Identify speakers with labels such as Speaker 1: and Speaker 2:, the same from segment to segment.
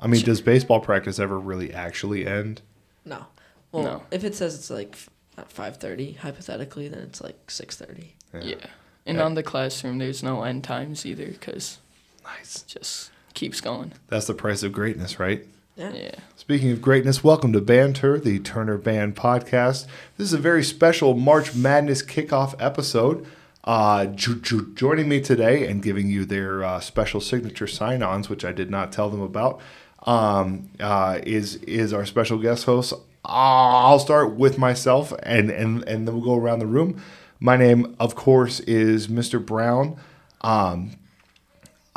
Speaker 1: I mean, does baseball practice ever really actually end?
Speaker 2: No. Well,
Speaker 3: No.
Speaker 2: if it says it's like f- at 5:30 hypothetically, then it's like 6:30.
Speaker 3: Yeah. And
Speaker 1: Yeah.
Speaker 3: on the classroom, there's no end times either because
Speaker 1: Nice.
Speaker 3: it just keeps going.
Speaker 1: That's the price of greatness, right?
Speaker 2: Yeah.
Speaker 3: Yeah.
Speaker 1: Speaking of greatness, welcome to Banter, the Turner Band podcast. This is a very special March Madness kickoff episode. Uh, jo- jo- joining me today and giving you their uh, special signature sign-ons, which I did not tell them about, um, uh, is is our special guest host. Uh, I'll start with myself, and and and then we'll go around the room. My name, of course, is Mr. Brown. Um,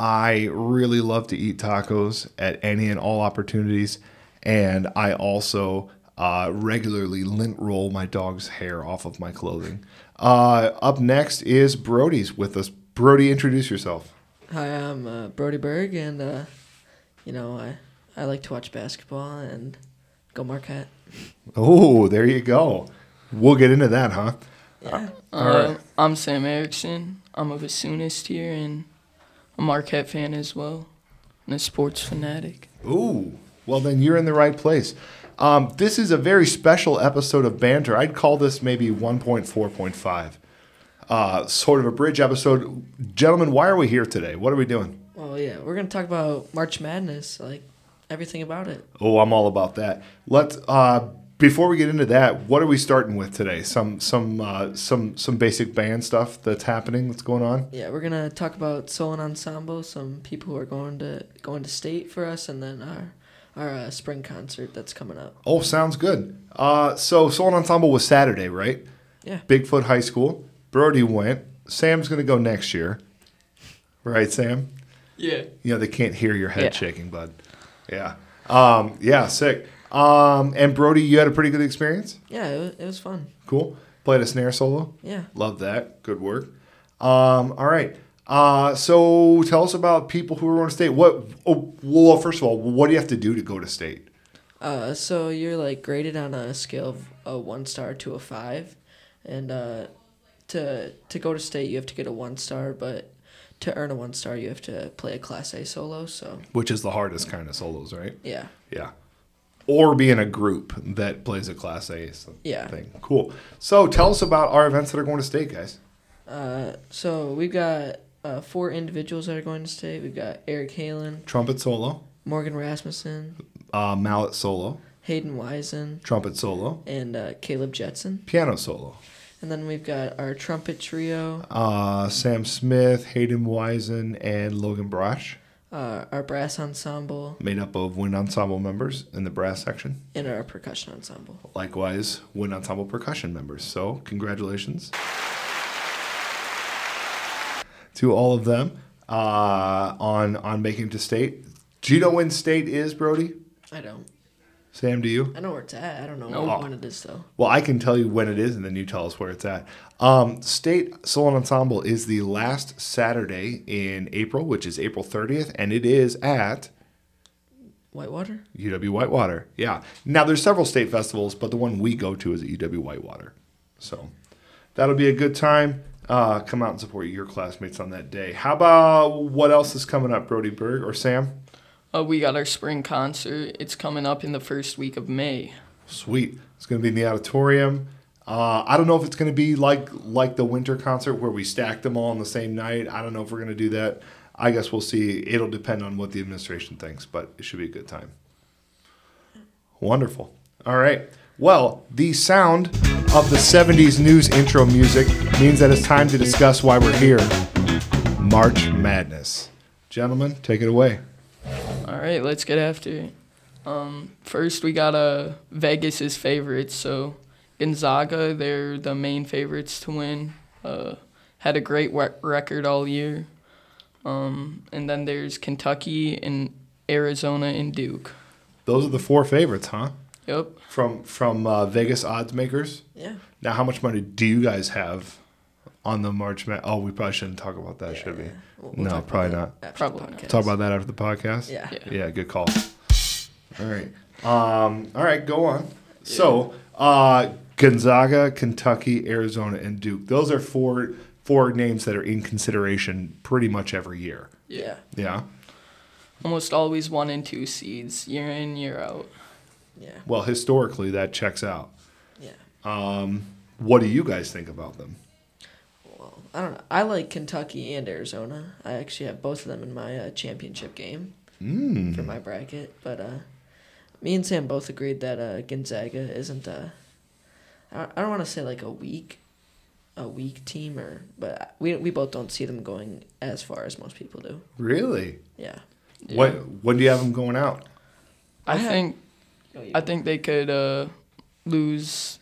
Speaker 1: I really love to eat tacos at any and all opportunities, and I also uh, regularly lint roll my dog's hair off of my clothing. Uh, up next is Brody's with us. Brody, introduce yourself.
Speaker 2: Hi, I'm uh, Brody Berg, and uh, you know I I like to watch basketball and go Marquette.
Speaker 1: Oh, there you go. We'll get into that, huh?
Speaker 3: Uh, I'm Sam Erickson. I'm a Bassoonist here and a Marquette fan as well and a sports fanatic.
Speaker 1: Ooh, well then you're in the right place. Um, this is a very special episode of banter. I'd call this maybe 1.4.5, uh, sort of a bridge episode. Gentlemen, why are we here today? What are we doing?
Speaker 2: Well, yeah, we're gonna talk about March Madness, like everything about it.
Speaker 1: Oh, I'm all about that. Let's. Uh, before we get into that, what are we starting with today? Some some uh, some some basic band stuff that's happening. What's going on?
Speaker 2: Yeah, we're gonna talk about Solon Ensemble, some people who are going to going to state for us, and then our our uh, spring concert that's coming up.
Speaker 1: Oh, sounds good. Uh, so Soul Ensemble was Saturday, right?
Speaker 2: Yeah.
Speaker 1: Bigfoot High School. Brody went. Sam's gonna go next year. Right, Sam.
Speaker 3: Yeah.
Speaker 1: you know they can't hear your head
Speaker 3: Yeah.
Speaker 1: shaking bud yeah um, yeah sick um, and brody you had a pretty good experience
Speaker 2: Yeah, it was, it was fun.
Speaker 1: cool played a snare solo
Speaker 2: Yeah.
Speaker 1: love that good work um, all right uh, so tell us about people who are going to state what oh, well first of all what do you have to do to go to state
Speaker 2: Uh, so you're like graded on a scale of a one star to a five, and uh, to to go to state you have to get a one star, but to earn a one star you have to play a class A solo. So
Speaker 1: which is the hardest kind of solos right
Speaker 2: yeah,
Speaker 1: yeah or be in a group that plays a class a so-
Speaker 2: Yeah.
Speaker 1: thing cool so tell us about our events that are going to state guys
Speaker 2: uh, so we've got uh, four individuals that are going to state. We've got Eric Halen,
Speaker 1: trumpet solo
Speaker 2: Morgan Rasmussen,
Speaker 1: uh, mallet solo
Speaker 2: Hayden Wisen,
Speaker 1: trumpet solo
Speaker 2: and uh, Caleb Jetson,
Speaker 1: piano solo.
Speaker 2: and then we've got our trumpet trio,
Speaker 1: Uh, Sam Smith, Hayden Wisen, and Logan Brosh,
Speaker 2: uh, our brass ensemble,
Speaker 1: made up of wind ensemble members in the brass section.
Speaker 2: and our percussion ensemble.
Speaker 1: Likewise, wind ensemble percussion members. So, congratulations to all of them uh, on on making it to state. Do you know when state is, Brody?
Speaker 2: I don't.
Speaker 1: Sam, do you?
Speaker 2: I know where it's at. I don't know
Speaker 3: Nope.
Speaker 2: when it is though.
Speaker 1: Well, I can tell you when it is, and then you tell us where it's at. Um, State Solon Ensemble is the last Saturday in April, which is April 30th, and it is at
Speaker 2: Whitewater?
Speaker 1: UW Whitewater. Yeah. Now there's several state festivals, but the one we go to is at UW Whitewater. So that'll be a good time. Uh, come out and support your classmates on that day. How about what else is coming up, Brody Berg or Sam?
Speaker 3: Uh, we got our spring concert. It's coming up in the first week of May.
Speaker 1: Sweet. It's going to be in the auditorium. Uh, I don't know if it's going to be like like the winter concert where we stack them all on the same night. I don't know if we're going to do that. I guess we'll see. It'll depend on what the administration thinks, but it should be a good time. Wonderful. All right. Well, the sound of the 70s news intro music means that it's time to discuss why we're here. March Madness. Gentlemen, take it away.
Speaker 3: All right, let's get after it. Um, first, we got uh, Vegas' favorites. So Gonzaga, they're the main favorites to win. Uh, had a great we- record all year. Um, and then there's Kentucky and Arizona and Duke.
Speaker 1: Those are the four favorites, huh?
Speaker 3: Yep.
Speaker 1: From from uh, Vegas odds makers.
Speaker 2: Yeah.
Speaker 1: Now, how much money do you guys have on the March? Ma- oh, we probably shouldn't talk about that, should we?
Speaker 2: We'll- we'll talk
Speaker 1: no,
Speaker 2: about
Speaker 1: probably
Speaker 2: that
Speaker 1: not.
Speaker 2: after the
Speaker 3: Probably not.
Speaker 2: podcast.
Speaker 1: Talk about that after the podcast.
Speaker 2: Yeah.
Speaker 3: Yeah.
Speaker 1: Yeah. Good call. All right. Um, all right. Go on. So, uh, Gonzaga, Kentucky, Arizona, and Duke. Those are four four names that are in consideration pretty much every year.
Speaker 2: Yeah.
Speaker 1: Yeah.
Speaker 3: almost always one and two seeds year in year out.
Speaker 2: Yeah.
Speaker 1: Well, historically, that checks out.
Speaker 2: Yeah.
Speaker 1: Um, what do you guys think about them?
Speaker 2: Well, I don't know. I like Kentucky and Arizona. I actually have both of them in my uh, championship game
Speaker 1: Mm.
Speaker 2: for my bracket. But uh, me and Sam both agreed that uh, Gonzaga isn't a. I don't, I don't want to say like a weak, a weak team or, but we we both don't see them going as far as most people do.
Speaker 1: Really?
Speaker 2: Yeah.
Speaker 3: Yeah.
Speaker 1: What? When do you have them going out?
Speaker 3: I
Speaker 2: I had-
Speaker 3: think I think they could uh, lose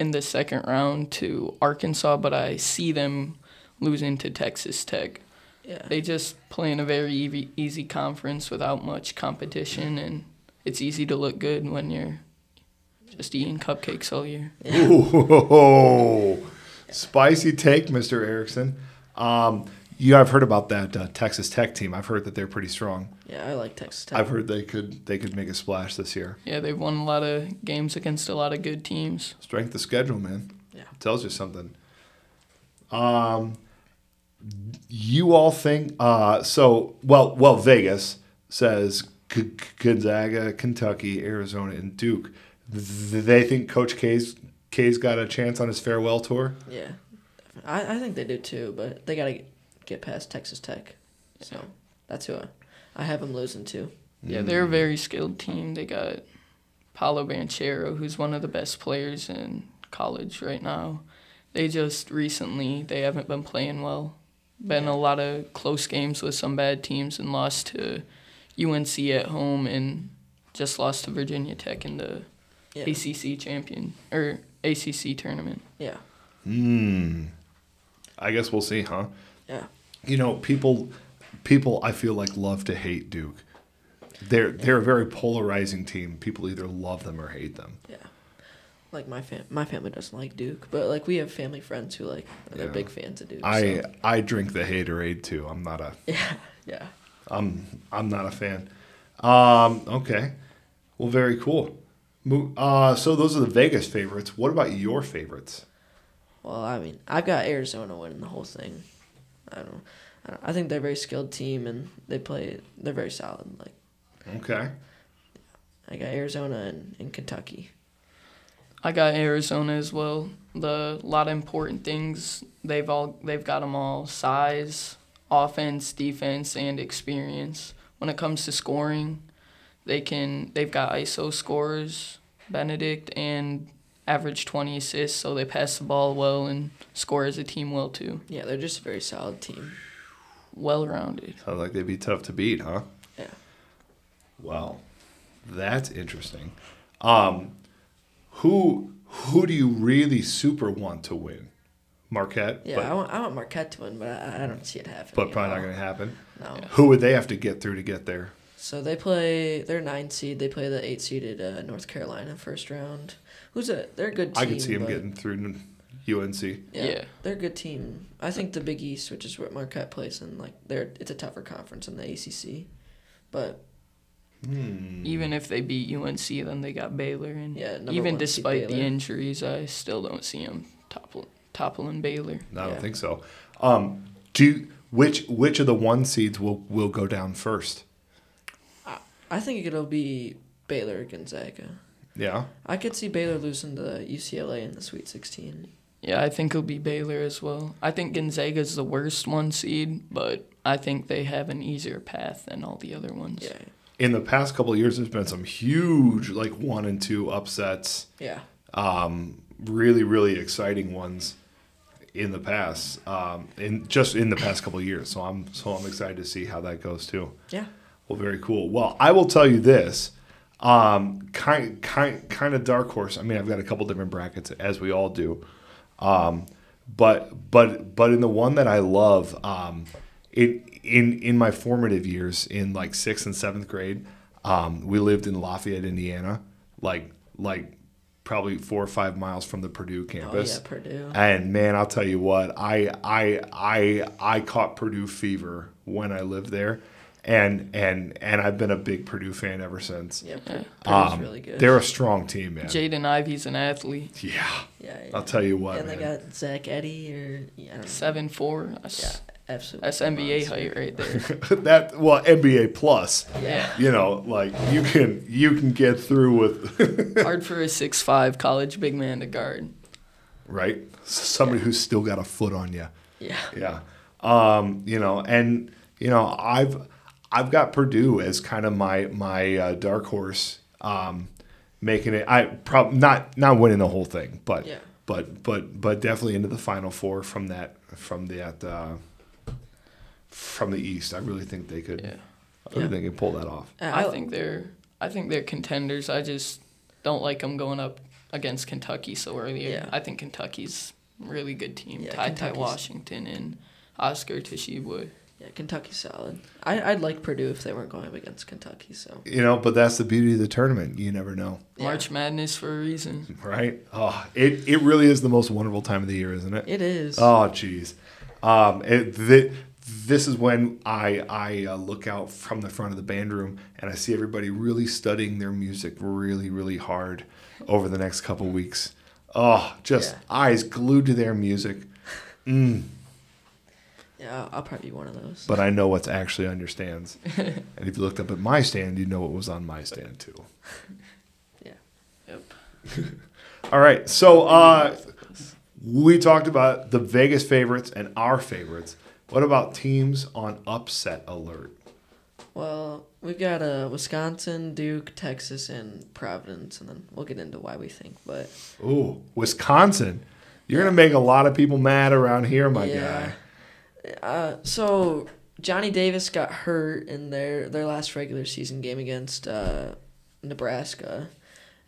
Speaker 3: in the second round to Arkansas, but I see them losing to Texas Tech.
Speaker 2: Yeah.
Speaker 3: They just play in a very easy, easy conference without much competition, and it's easy to look good when you're just eating cupcakes all year.
Speaker 1: Ooh, spicy take, Mr. Erickson. Um, you, I've heard about that uh, Texas Tech team. I've heard that they're pretty strong.
Speaker 2: Yeah, I like Texas Tech.
Speaker 1: I've heard they could they could make a splash this year.
Speaker 3: Yeah, they've won a lot of games against a lot of good teams.
Speaker 1: Strength of schedule, man.
Speaker 2: Yeah.
Speaker 1: tells you something. Um, you all think uh, so? Well, well, Vegas says G- G- Gonzaga, Kentucky, Arizona, and Duke. Th- They think Coach K's K's got a chance on his farewell tour.
Speaker 2: Yeah, I, I think they do too, but they gotta get past Texas Tech. So that's who I, I have them losing to.
Speaker 3: Yeah, they're a very skilled team. They got Paolo Banchero, who's one of the best players in college right now. They just recently they haven't been playing well. Been a lot of close games with some bad teams and lost to UNC at home and just lost to Virginia Tech in the
Speaker 2: Yeah,
Speaker 3: ACC champion or ACC tournament.
Speaker 2: yeah,
Speaker 1: Hmm. I guess we'll see, huh?
Speaker 2: yeah.
Speaker 1: You know, people people I feel like love to hate Duke. They're they're a very polarizing team. People either love them or hate them.
Speaker 2: Like my fam, my family doesn't like Duke, but like we have family friends who like they're
Speaker 1: Yeah.
Speaker 2: big fans of Duke.
Speaker 1: I
Speaker 2: so,
Speaker 1: I drink the haterade too. I'm not a
Speaker 2: yeah, yeah,
Speaker 1: I'm I'm not a fan. Um, okay. Well, very cool. Mo- Uh, so those are the Vegas favorites. What about your favorites?
Speaker 2: Well, I mean, I've got Arizona winning the whole thing. I don't, I, don't, I think they're a very skilled team and they play. They're very solid. Like
Speaker 1: Okay.
Speaker 2: I got Arizona and, and Kentucky.
Speaker 3: I got Arizona as well. The lot of important things they've all they've got them all size, offense, defense, and experience. When it comes to scoring, they can they've got ISO scores, Benedict and average 20 assists, so they pass the ball well and score as a team well too.
Speaker 2: Yeah, they're just a very solid team.
Speaker 3: Well-rounded.
Speaker 1: Sounds like they'd be tough to beat, huh?
Speaker 2: Yeah.
Speaker 1: Wow, that's interesting. Um, who who do you really super want to win? Marquette,
Speaker 2: Yeah,
Speaker 1: but,
Speaker 2: I, want, I want Marquette to win, but I, I don't see it happening.
Speaker 1: but
Speaker 2: at
Speaker 1: probably not
Speaker 2: all.
Speaker 1: going to happen.
Speaker 2: No.
Speaker 1: Who would they have to get through to get there?
Speaker 2: So they play. They're nine seed. They play the eight seeded uh, North Carolina first round. Who's a? They're a good. team.
Speaker 1: I could see them
Speaker 2: but-
Speaker 1: getting through UNC.
Speaker 2: Yeah,
Speaker 3: Yeah.
Speaker 2: they're a good team. I think the Big East, which is what Marquette plays in, like they're it's a tougher conference than the ACC. But
Speaker 3: Even if they beat UNC, then they got Baylor and
Speaker 2: Mm. Yeah, number
Speaker 3: even
Speaker 2: one seed
Speaker 3: despite the
Speaker 2: Baylor.
Speaker 3: injuries, I still don't see them topple, toppling Baylor.
Speaker 1: No, I don't
Speaker 2: Yeah.
Speaker 1: think so. Um, do which which of the one seeds will will go down first?
Speaker 2: I think it'll be Baylor or Gonzaga.
Speaker 1: Yeah.
Speaker 2: I could see Baylor losing to UCLA in the Sweet Sixteen.
Speaker 3: Yeah, I think it'll be Baylor as well. I think Gonzaga's the worst one seed, but I think they have an easier path than all the other ones.
Speaker 2: Yeah,
Speaker 1: In the past couple of years, there's been some huge like one and two upsets.
Speaker 2: yeah,
Speaker 1: um, really really exciting ones in the past um, in just in the past couple of years so i'm so i'm excited to see how that goes too
Speaker 2: yeah.
Speaker 1: well very cool well i will tell you this um, kind kind kind of dark horse i mean i've got a couple different brackets as we all do um, but but but in the one that i love um, it in in my formative years in like sixth and seventh grade um, we lived in lafayette indiana like like probably four or five miles from the purdue
Speaker 2: Oh
Speaker 1: campus
Speaker 2: yeah, Purdue.
Speaker 1: and man, I'll tell you what, I I I I caught Purdue fever when I lived there, and and and I've been a big Purdue fan ever since.
Speaker 2: Yeah, Pur- Purdue's
Speaker 1: Um,
Speaker 2: really good.
Speaker 1: They're a strong team, man.
Speaker 3: Jaden Ivey's an athlete,
Speaker 1: yeah,
Speaker 2: yeah, yeah.
Speaker 1: I'll tell you what,
Speaker 2: and
Speaker 1: man.
Speaker 3: Mm.
Speaker 2: they got Zach Eddy or yeah, I don't know.
Speaker 3: seven four.
Speaker 2: Yeah, absolutely.
Speaker 3: That's NBA
Speaker 2: monster.
Speaker 3: height right there.
Speaker 1: that well NBA plus.
Speaker 3: Yeah.
Speaker 1: You know, like you can you can get through with
Speaker 3: Hard for a six five college big man to guard.
Speaker 1: right somebody who's still got a foot on you.
Speaker 3: Yeah.
Speaker 1: Yeah. Um, you know, and you know, I've I've got Purdue as kind of my my uh, dark horse um making it I prob not not winning the whole thing, but
Speaker 2: Yeah.
Speaker 1: but but but definitely into the final four from that from that uh from the east. I really think they could
Speaker 3: Yeah.
Speaker 1: I really think they could pull that off.
Speaker 3: I
Speaker 2: Uh,
Speaker 3: think they're I think they're contenders. I just don't like them going up against Kentucky so early.
Speaker 2: Yeah.
Speaker 3: I think Kentucky's a really good team.
Speaker 2: Yeah,
Speaker 3: Ty Ty
Speaker 2: Kentucky's-
Speaker 3: Washington and Oscar Tshiebwe.
Speaker 2: Yeah, Kentucky's solid. I, I'd like Purdue if they weren't going up against Kentucky. So
Speaker 1: You know, but that's the beauty of the tournament. You never know.
Speaker 2: Yeah.
Speaker 3: March Madness for a reason.
Speaker 1: right? Oh, it it really is the most wonderful time of the year, isn't it?
Speaker 2: it is.
Speaker 1: Oh, jeez. Um, it, thi- this is when I I uh, look out from the front of the band room and I see everybody really studying their music really really hard over the next couple weeks. Oh, just
Speaker 2: Yeah.
Speaker 1: eyes glued to their music,
Speaker 2: yeah, I'll- I'll probably be one of those.
Speaker 1: but I know what's actually on your stands. and if you looked up at my stand, you know what was on my stand too.
Speaker 2: yeah.
Speaker 3: Yep.
Speaker 1: All right, so uh, we talked about the Vegas favorites and our favorites. What about teams on upset alert?
Speaker 2: Well, we've got uh, Wisconsin, Duke, Texas, and Providence, and then we'll get into why we think. But
Speaker 1: Ooh, Wisconsin. You're going to make a lot of people mad around here, my
Speaker 2: Yeah.
Speaker 1: guy.
Speaker 2: Uh, so Johnny Davis got hurt in their their last regular season game against uh, Nebraska,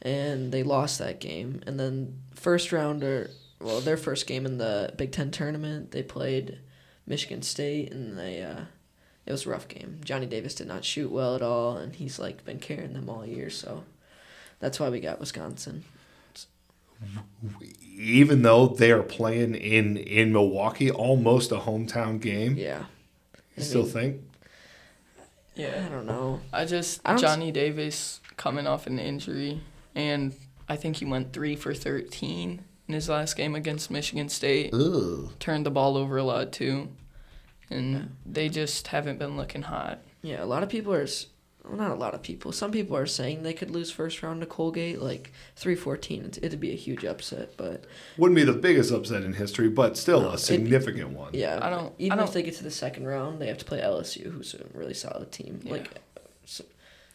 Speaker 2: and they lost that game. And then first round or well, their first game in the Big Ten tournament, they played Michigan State, and they uh, it was a rough game. Johnny Davis did not shoot well at all, and he's like been carrying them all year, so that's why we got Wisconsin.
Speaker 1: Even though they are playing in, in Milwaukee, almost a hometown game,
Speaker 2: Yeah,
Speaker 1: you still think?
Speaker 2: I
Speaker 3: Yeah.
Speaker 2: don't know.
Speaker 3: I just
Speaker 2: I don't s-
Speaker 3: Johnny Davis coming off an injury and I think he went three for thirteen in his last game against Michigan State.
Speaker 1: Ugh.
Speaker 3: Turned the ball over a lot too. And they just haven't been looking hot.
Speaker 2: Yeah, a lot of people are. s- Well, not a lot of people. Some people are saying they could lose first round to Colgate, like three fourteen. It'd, it'd be a huge upset, but
Speaker 1: Wouldn't be the biggest upset in history, but still a significant one.
Speaker 2: yeah,
Speaker 3: I don't-
Speaker 2: Even
Speaker 3: I
Speaker 2: if
Speaker 3: don't-
Speaker 2: they get to the second round, they have to play LSU, who's a really solid team.
Speaker 3: Yeah.
Speaker 2: Like s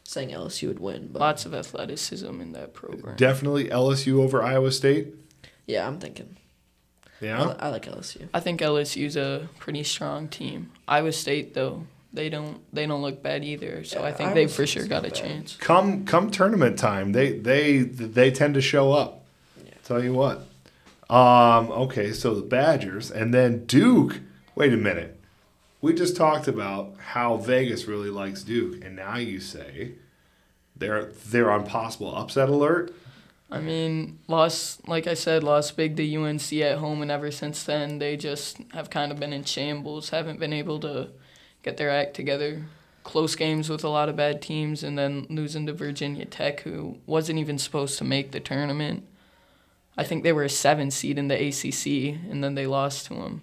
Speaker 2: saying LSU would win, but
Speaker 3: Lots of athleticism in that program.
Speaker 1: Definitely LSU over Iowa State.
Speaker 2: yeah, I'm thinking. I
Speaker 1: Yeah.
Speaker 2: li- I, like LSU.
Speaker 3: I think LSU's a pretty strong team. Iowa State though, they don't they don't look bad either. So I
Speaker 2: Yeah,
Speaker 3: think
Speaker 2: Iowa
Speaker 3: they for
Speaker 2: State's
Speaker 3: sure
Speaker 2: not
Speaker 3: got a
Speaker 2: bad.
Speaker 3: chance.
Speaker 1: come come tournament time, they they they tend to show up. Tell you what. Um, okay, so the Badgers and then Duke. Wait a minute. We just talked about how Vegas really likes Duke, and now you say they're they're on possible upset alert.
Speaker 3: I mean, lost like I said, lost big to UNC at home, and ever since then they just have kind of been in shambles. Haven't been able to get their act together. Close games with a lot of bad teams, and then losing to Virginia Tech, who wasn't even supposed to make the tournament. I think they were a seven seed in the ACC, and then they lost to them.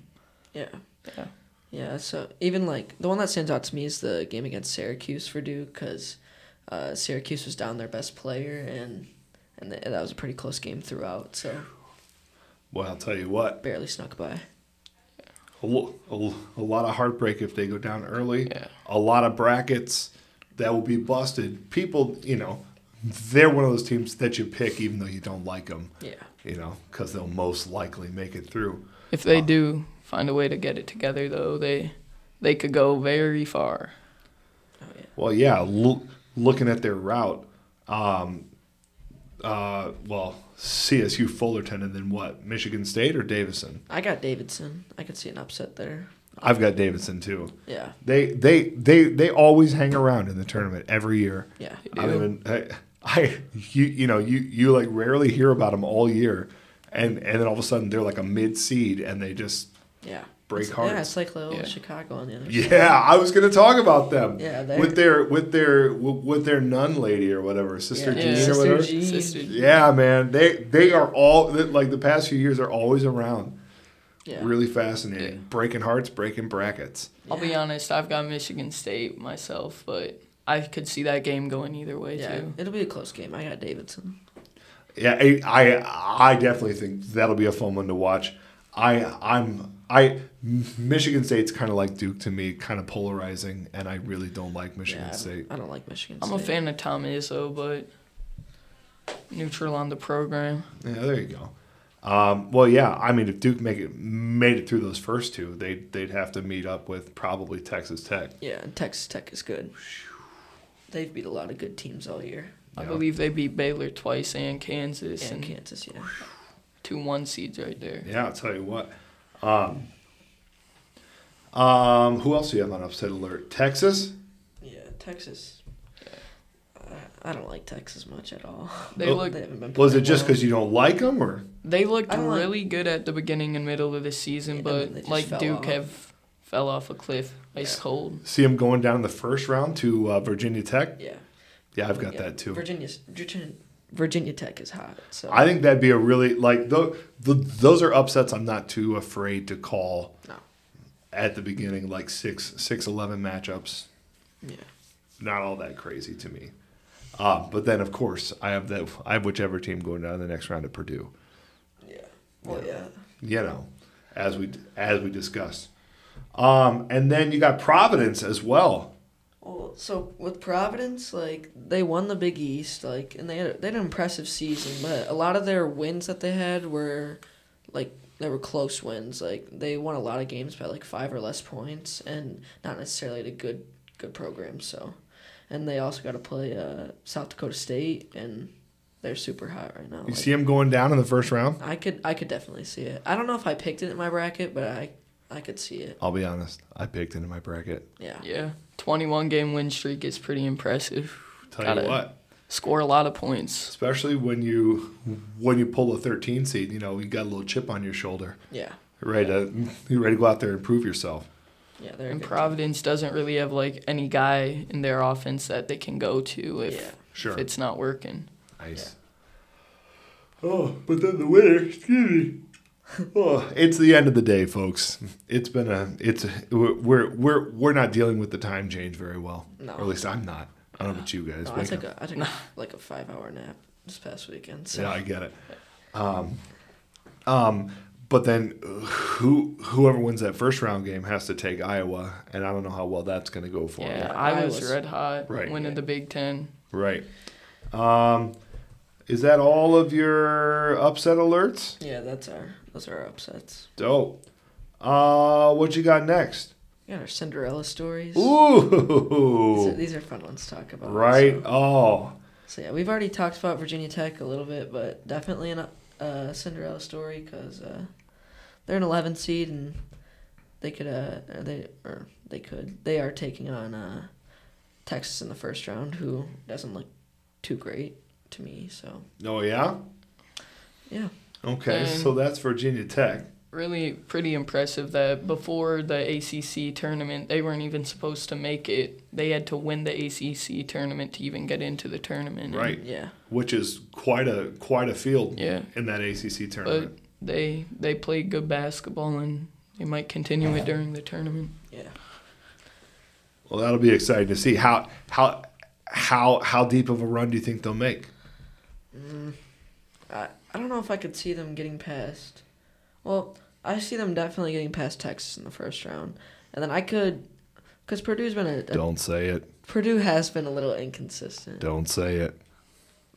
Speaker 2: Yeah.
Speaker 3: Yeah.
Speaker 2: Yeah, so even like the one that stands out to me is the game against Syracuse for Duke because uh, Syracuse was down their best player and and th- that was a pretty close game throughout. So
Speaker 1: Well, I'll tell you what.
Speaker 2: barely snuck by.
Speaker 1: A, lo- a lo- a lot of heartbreak if they go down early.
Speaker 3: Yeah.
Speaker 1: A lot of brackets that will be busted. People, you know, they're one of those teams that you pick even though you don't like them.
Speaker 2: Yeah.
Speaker 1: you know, because they'll most likely make it through.
Speaker 3: If they do find a way to get it together, though, they they could go very far.
Speaker 2: Oh yeah.
Speaker 1: Well, yeah, loo- looking at their route, um, uh, well, CSU Fullerton and then what? Michigan State or Davison?
Speaker 2: I got Davidson. I could see an upset there.
Speaker 1: I've got Davidson too.
Speaker 2: Yeah.
Speaker 1: They they they they always hang around in the tournament every year.
Speaker 2: Yeah. Uh,
Speaker 1: I don't
Speaker 3: do.
Speaker 1: even I, I you you know you you like rarely hear about them all year, and and then all of a sudden they're like a mid seed and they just
Speaker 2: Yeah.
Speaker 1: Break
Speaker 2: it's,
Speaker 1: hearts.
Speaker 2: Yeah, it's like little
Speaker 3: Yeah.
Speaker 2: Chicago on the other side.
Speaker 1: Yeah, I was gonna talk about them.
Speaker 2: Yeah, they're-
Speaker 1: with their with their with their nun lady or whatever, sister
Speaker 2: Yeah.
Speaker 1: Jean
Speaker 2: Sister
Speaker 1: or whatever.
Speaker 2: Jean.
Speaker 3: Sister Jean.
Speaker 1: Yeah, man, they they are all like the past few years are always around.
Speaker 2: Yeah.
Speaker 1: Really fascinating.
Speaker 3: Yeah.
Speaker 1: Breaking hearts, breaking brackets.
Speaker 3: I'll be
Speaker 2: Yeah.
Speaker 3: honest, I've got Michigan State myself, but I could see that game going either way
Speaker 2: Yeah,
Speaker 3: too.
Speaker 2: it'll be a close game. I got Davidson.
Speaker 1: Yeah, I, I I definitely think that'll be a fun one to watch. I I'm I Michigan State's kind of like Duke to me, kind of polarizing, and I really don't like Michigan
Speaker 2: yeah, I
Speaker 1: State.
Speaker 2: don't- I don't like Michigan
Speaker 3: I'm
Speaker 2: State.
Speaker 3: a fan of Tom Izzo, but neutral on the program.
Speaker 1: Yeah, there you go. Um, well, yeah, I mean, if Duke make it made it through those first two, they would they'd have to meet up with probably Texas Tech.
Speaker 2: Yeah, and Texas Tech is good. They've beat a lot of good teams all year.
Speaker 3: I
Speaker 1: Yeah.
Speaker 3: believe they beat Baylor twice and Kansas
Speaker 2: And
Speaker 3: and
Speaker 2: Kansas, yeah.
Speaker 3: two one seeds right there.
Speaker 1: Yeah, I'll tell you what. Um, um, who else do you have on upset alert? Texas.
Speaker 2: Yeah, Texas. Uh, I don't like Texas much at all.
Speaker 3: They
Speaker 1: Oh,
Speaker 3: looked
Speaker 2: haven't been
Speaker 1: Was it
Speaker 2: playing
Speaker 1: just
Speaker 2: well.
Speaker 1: because you don't like them, or
Speaker 3: they looked
Speaker 2: I don't like-
Speaker 3: really good at the beginning and middle of the season,
Speaker 2: Yeah, and then they
Speaker 3: but
Speaker 2: just
Speaker 3: like
Speaker 2: fell
Speaker 3: Duke
Speaker 2: off.
Speaker 3: have fell off a cliff, ice
Speaker 2: Yeah.
Speaker 3: cold.
Speaker 1: see them going down in the first round to uh, Virginia Tech?
Speaker 2: Yeah.
Speaker 1: Yeah, I've got
Speaker 2: Yeah.
Speaker 1: that too.
Speaker 2: Virginia's Virginia, Virginia Tech is hot. So
Speaker 1: I think that'd be a really like those. Those are upsets. I'm not too afraid to call
Speaker 2: no.
Speaker 1: at the beginning, like six six eleven matchups.
Speaker 2: Yeah.
Speaker 1: not all that crazy to me. Uh, but then, of course, I have that. I have whichever team going down the next round at Purdue.
Speaker 2: Yeah. Well, yeah.
Speaker 1: You know, as we as we discussed. Um, and then you got Providence as well.
Speaker 2: Well, so with Providence, like they won the Big East, like, and they had they had an impressive season, but a lot of their wins that they had were, like, they were close wins. Like they won a lot of games by like five or less points, and not necessarily to good good programs. So, and they also got to play uh, South Dakota State, and they're super hot right now.
Speaker 1: You
Speaker 2: Like,
Speaker 1: see them going down in the first round.
Speaker 2: I could I could definitely see it. I don't know if I picked it in my bracket, but I I could see it.
Speaker 1: I'll be honest. I picked into my bracket.
Speaker 2: Yeah.
Speaker 3: Yeah, 21 game win streak is pretty impressive.
Speaker 1: Tell
Speaker 3: Got
Speaker 1: you
Speaker 3: it.
Speaker 1: what,
Speaker 3: Score a lot of points.
Speaker 1: especially when you when you pull a 13 seed, you know you got a little chip on your shoulder.
Speaker 2: Yeah.
Speaker 1: You're ready to you're ready to go out there and prove yourself.
Speaker 2: Yeah, they're a
Speaker 3: And
Speaker 2: good
Speaker 3: Providence doesn't really have like any guy in their offense that they can go to if,
Speaker 2: Yeah.
Speaker 1: Sure.
Speaker 3: if it's not working.
Speaker 1: Nice. Oh, but then the winner, excuse me. Oh, it's the end of the day, folks. It's been a, it's, a, we're, we're, we're not dealing with the time change very well.
Speaker 2: No.
Speaker 1: Or at least I'm not. I don't know about you guys.
Speaker 2: No, Oh, I
Speaker 1: Wake
Speaker 2: took
Speaker 1: up.
Speaker 2: a, I took a, like a five hour nap this past weekend. So
Speaker 1: Yeah, I get it. Um, um, but then who, whoever wins that first round game has to take Iowa, and I don't know how well that's going to go for 'em.
Speaker 3: Yeah,
Speaker 2: Yeah,
Speaker 3: I was
Speaker 2: Iowa's-
Speaker 3: red hot
Speaker 1: Right.
Speaker 3: winning the Big Ten.
Speaker 1: Right. Um, is that all of your upset alerts?
Speaker 2: yeah, that's our those are our upsets.
Speaker 1: Dope. Uh, what you got next?
Speaker 2: We got our Cinderella stories. These are,
Speaker 1: Ooh,
Speaker 2: these are fun ones to talk about.
Speaker 1: right.
Speaker 2: So,
Speaker 1: Oh,
Speaker 2: so, yeah, we've already talked about Virginia Tech a little bit, but definitely an uh, Cinderella story because uh, they're an 11 seed and they could uh or they or they could they are taking on uh, Texas in the first round, who doesn't look too great to me. So
Speaker 1: oh yeah.
Speaker 2: yeah,
Speaker 1: Okay,
Speaker 3: Mm.
Speaker 1: so that's Virginia Tech.
Speaker 3: Really pretty impressive that before the ACC tournament, they weren't even supposed to make it. They had to win the ACC tournament to even get into the tournament.
Speaker 1: Right.
Speaker 2: yeah,
Speaker 1: Which is quite a quite a field
Speaker 3: Yeah.
Speaker 1: in that ACC
Speaker 3: But
Speaker 1: tournament.
Speaker 3: they they played good basketball and they might continue it during the tournament.
Speaker 2: yeah.
Speaker 1: well, that'll be exciting to see how how how how deep of a run do you think they'll make?
Speaker 2: I, I don't know if I could see them getting past. Well, I see them definitely getting past Texas in the first round, and then I could, because Purdue's been a, a
Speaker 1: Don't say it.
Speaker 2: Purdue has been a little inconsistent.
Speaker 1: Don't say it.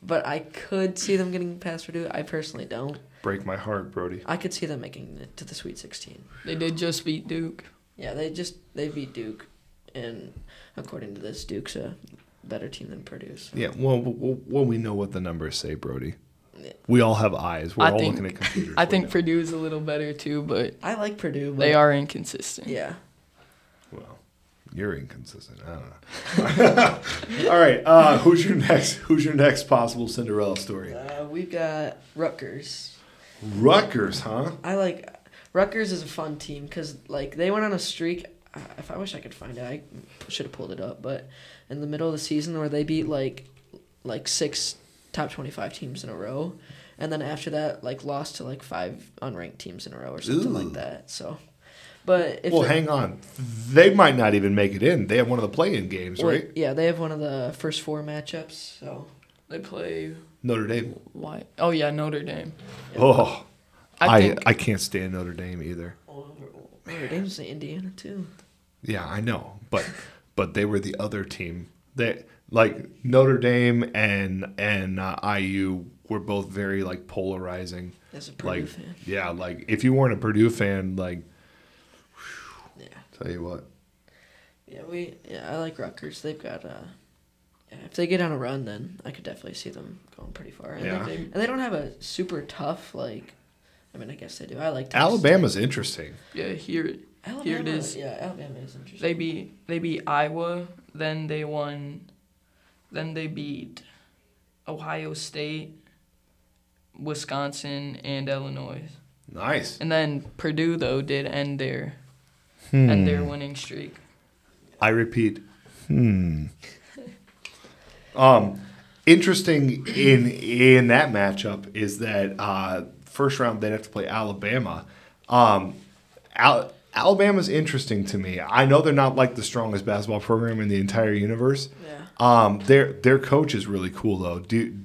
Speaker 2: But I could see them getting past Purdue. I personally don't.
Speaker 1: Break my heart, Brody.
Speaker 2: I could see them making it to the Sweet Sixteen.
Speaker 3: They did just beat Duke.
Speaker 2: Yeah, they just they beat Duke, and according to this, Duke's a better team than Purdue's.
Speaker 1: Yeah. Well, well, well, we know what the numbers say, Brody.
Speaker 2: Yeah.
Speaker 1: We all have eyes. We're
Speaker 3: I
Speaker 1: all
Speaker 3: think-
Speaker 1: looking at computers.
Speaker 3: I
Speaker 1: We
Speaker 3: think
Speaker 1: know.
Speaker 3: Purdue is a little better too, but
Speaker 2: I like Purdue. But
Speaker 3: they are inconsistent.
Speaker 2: Yeah.
Speaker 1: Well, you're inconsistent. I don't know. All right, uh, who's your next? Who's your next possible Cinderella story?
Speaker 2: Uh, we've got Rutgers.
Speaker 1: Rutgers, huh?
Speaker 2: I like Rutgers is a fun team because like they went on a streak. I- If I wish I could find it, I should have pulled it up. But in the middle of the season, where they beat like like six top twenty five teams in a row, and then after that, like lost to like five unranked teams in a row or something
Speaker 1: Ooh.
Speaker 2: like that. So, but if
Speaker 1: well,
Speaker 2: they're-
Speaker 1: hang on. They might not even make it in. They have one of the play-in games,
Speaker 2: well,
Speaker 1: right?
Speaker 2: yeah, they have one of the first four matchups. So
Speaker 3: They play
Speaker 1: Notre Dame.
Speaker 3: why? Oh yeah, Notre Dame.
Speaker 1: Oh, I I,
Speaker 3: think
Speaker 1: can't stand Notre Dame either.
Speaker 2: Notre Dame's in Indiana too.
Speaker 1: Yeah, I know, but but they were the other team. They like Notre Dame and and uh, IU were both very like polarizing.
Speaker 2: As a Purdue
Speaker 1: Like
Speaker 2: fan,
Speaker 1: yeah, like if you weren't a Purdue fan, like
Speaker 2: yeah,
Speaker 1: tell you what,
Speaker 2: yeah, we yeah, I like Rutgers. They've got uh, yeah, if they get on a run, then I could definitely see them going pretty far. And,
Speaker 1: Yeah.
Speaker 2: they, and they don't have a super tough like. I mean, I guess they do. I like Texas Tech.
Speaker 1: Alabama's interesting.
Speaker 3: yeah, here
Speaker 2: Alabama,
Speaker 3: here it is.
Speaker 2: Yeah, Alabama is interesting.
Speaker 3: They beat they beat Iowa, then they won, then they beat Ohio State, Wisconsin, and Illinois.
Speaker 1: Nice.
Speaker 3: And then Purdue though did end their end their winning streak.
Speaker 1: I repeat. Hmm. um, interesting in in that matchup is that uh, first round they'd have to play Alabama. Um, Al- Alabama's interesting to me. I know they're not like the strongest basketball program in the entire universe.
Speaker 2: Yeah.
Speaker 1: Um, their their coach is really cool though. Do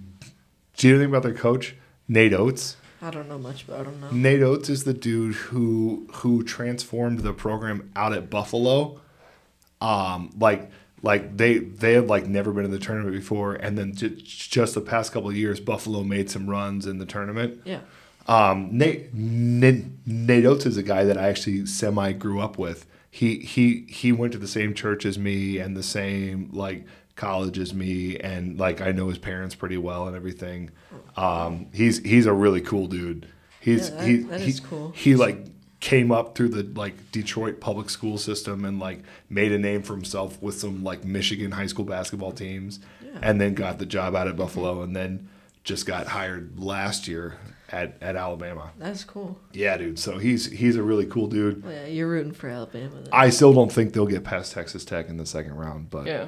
Speaker 1: do you know anything about their coach? Nate Oates.
Speaker 2: I don't know much about them. No.
Speaker 1: Nate Oates is the dude who who transformed the program out at Buffalo. Um, like like they they had like never been in the tournament before, and then ju- just the past couple of years, Buffalo made some runs in the tournament.
Speaker 2: Yeah.
Speaker 1: Um, Nate, Nate Nate Oates is a guy that I actually semi grew up with. He he he went to the same church as me and the same like college as me, and like I know his parents pretty well and everything. Um, he's he's a really cool dude. He's
Speaker 2: Yeah, that-
Speaker 1: he,
Speaker 2: that
Speaker 1: he,
Speaker 2: is cool.
Speaker 1: he like came up through the like Detroit public school system and like made a name for himself with some like Michigan high school basketball teams and then got the job out at Buffalo and then just got hired last year at, at Alabama.
Speaker 2: That's cool.
Speaker 1: Yeah, dude. So he's he's a really cool dude.
Speaker 2: Well, yeah, you're rooting for Alabama. Then.
Speaker 1: I still don't think they'll get past Texas Tech in the second round, but
Speaker 3: Yeah.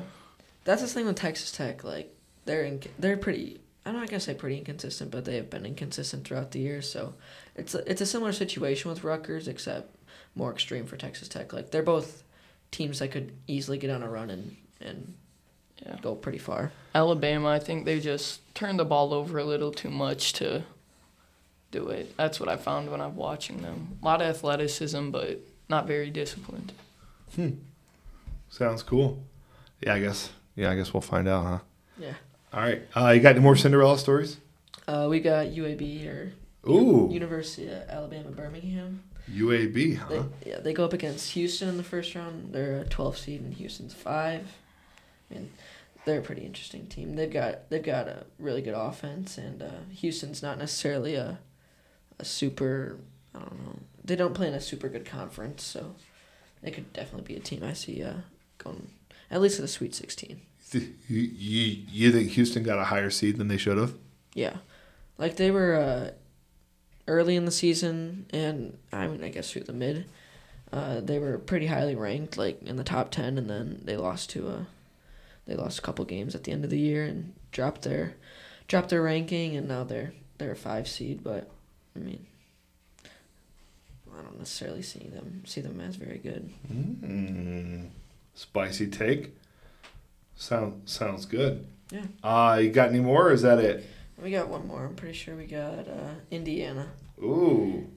Speaker 2: That's the thing with Texas Tech. Like they're in, they're pretty. I'm not gonna say pretty inconsistent, but they have been inconsistent throughout the years. So it's a, it's a similar situation with Rutgers, except more extreme for Texas Tech. Like they're both teams that could easily get on a run and and
Speaker 3: Yeah.
Speaker 2: go pretty far.
Speaker 3: Alabama, I think they just turned the ball over a little too much to do it. That's what I found when I'm watching them. A lot of athleticism, but not very disciplined.
Speaker 1: sounds cool. Yeah, I guess. Yeah, I guess we'll find out, huh?
Speaker 2: Yeah.
Speaker 1: All right. Uh, you got any more Cinderella stories?
Speaker 2: Uh, we got UAB or
Speaker 1: Ooh,
Speaker 2: University of Alabama Birmingham.
Speaker 1: UAB,
Speaker 2: They,
Speaker 1: huh?
Speaker 2: Yeah, they go up against Houston in the first round. They're a 12 seed, and Houston's five. I mean, they're a pretty interesting team. They've got they've got a really good offense, and uh, Houston's not necessarily a a super. I don't know. They don't play in a super good conference, so they could definitely be a team I see uh, going at least to the Sweet 16.
Speaker 1: Th- You, you, you think Houston got a higher seed than they should have?
Speaker 2: Yeah, like they were uh, early in the season, and I mean, I guess through the mid, uh, they were pretty highly ranked, like in the top ten, and then they lost to a, they lost a couple games at the end of the year and dropped their, dropped their ranking, and now they're they're a five seed, but I mean. I don't necessarily see them see them as very good.
Speaker 1: Mm, spicy take. Sound sounds good.
Speaker 2: Yeah.
Speaker 1: Uh, you got any more? Or is that it?
Speaker 2: We got one more. I'm pretty sure we got uh, Indiana.
Speaker 1: Ooh.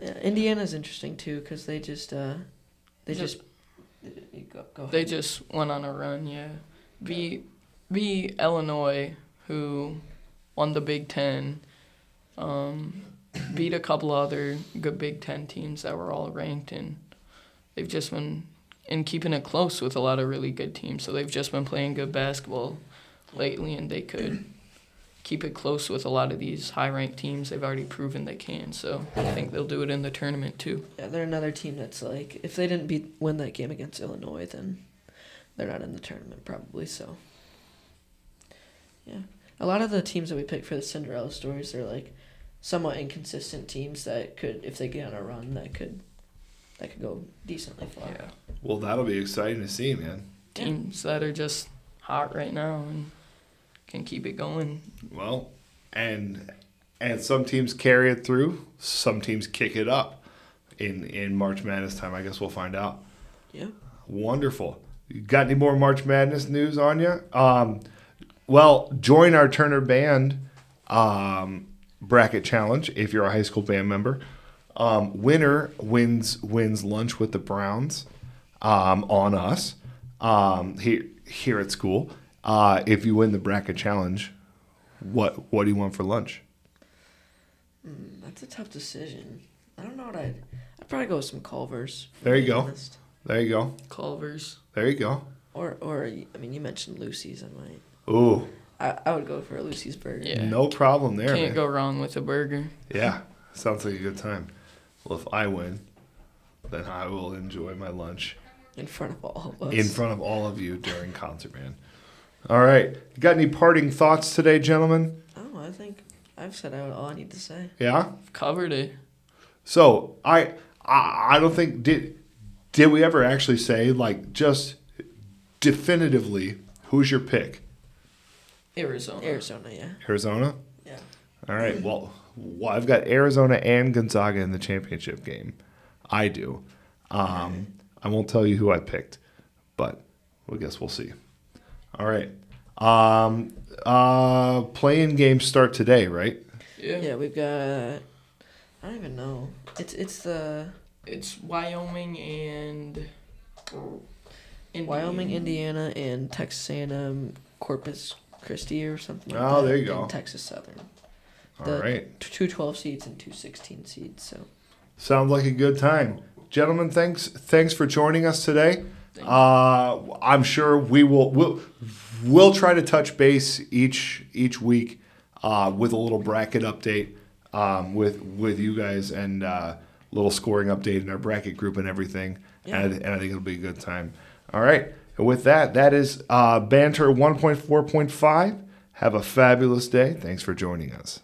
Speaker 2: Yeah, Indiana's interesting too because they just uh, they
Speaker 3: Yeah.
Speaker 2: just you go, go
Speaker 3: They
Speaker 2: ahead.
Speaker 3: just went on a run, yeah. Be be Illinois, who won the Big Ten, um, beat a couple other good Big Ten teams that were all ranked, and they've just been in keeping it close with a lot of really good teams. So they've just been playing good basketball lately, and they could keep it close with a lot of these high-ranked teams. They've already proven they can, so I think they'll do it in the tournament too.
Speaker 2: Yeah, they're another team that's like if they didn't beat win that game against Illinois, then they're not in the tournament probably. So, yeah, a lot of the teams that we pick for the Cinderella stories are like somewhat inconsistent teams that could, if they get on a run, that could that could go decently far.
Speaker 3: Yeah.
Speaker 1: Well, that'll be exciting to see, man.
Speaker 2: Yeah.
Speaker 3: teams that are just hot right now and can keep it going.
Speaker 1: Well, and And some teams carry it through, some teams kick it up. In in March Madness time, I guess we'll find out.
Speaker 2: Yeah.
Speaker 1: Wonderful. You got any more March Madness news on you? Um, well, join our Turner Band um, bracket challenge if you're a high school band member. Um, winner wins wins lunch with the Browns um, on us um, here here at school. Uh, if you win the bracket challenge, what what do you want for lunch?
Speaker 2: That's a tough decision. I don't know what I'd. I'd probably go with some Culvers. if
Speaker 1: There you
Speaker 2: I'm being
Speaker 1: go.
Speaker 2: honest.
Speaker 1: There you go.
Speaker 3: Culver's.
Speaker 1: There you go.
Speaker 2: Or or I mean, you mentioned Lucy's. I might.
Speaker 1: Ooh,
Speaker 2: I, I would go for a Lucy's burger.
Speaker 3: Yeah.
Speaker 1: no problem there.
Speaker 3: Can't
Speaker 1: man.
Speaker 3: go wrong with a burger.
Speaker 1: Yeah, sounds like a good time. Well, if I win, then I will enjoy my lunch
Speaker 2: In front of all of us.
Speaker 1: in front of all of you during concert band. All right, got any parting thoughts today, gentlemen?
Speaker 2: Oh, I think I've said out all I need to say.
Speaker 1: Yeah.
Speaker 3: Covered it.
Speaker 1: So I I, I don't think did did we ever actually say like just definitively who's your pick?
Speaker 3: Arizona.
Speaker 2: Arizona, yeah.
Speaker 1: Arizona.
Speaker 2: Yeah.
Speaker 1: All right. Well, well, I've got Arizona and Gonzaga in the championship game. I do. Um, I won't tell you who I picked, but I guess we'll see. All right. Um, uh, playing games start today, right?
Speaker 3: Yeah.
Speaker 2: Yeah, we've got. I don't even know. It's it's the
Speaker 3: It's Wyoming and. Indiana.
Speaker 2: Wyoming, Indiana, and Texas A&M Corpus Christi or something. Like
Speaker 1: Oh,
Speaker 2: that,
Speaker 1: there you
Speaker 2: and
Speaker 1: go.
Speaker 2: Texas Southern.
Speaker 1: All
Speaker 2: The-
Speaker 1: right.
Speaker 2: T- Two twelve seeds and two sixteen seeds. So
Speaker 1: Sounds like a good time, gentlemen. Thanks, thanks for joining us today.
Speaker 3: Thank you.
Speaker 1: Uh, I'm sure we will we'll, we'll try to touch base each each week uh, with a little bracket update um, with with you guys and uh, little scoring update in our bracket group and everything. And, and I think it'll be a good time. All right. And with that, that is uh, Banter 1.4.5. Have a fabulous day. Thanks for joining us.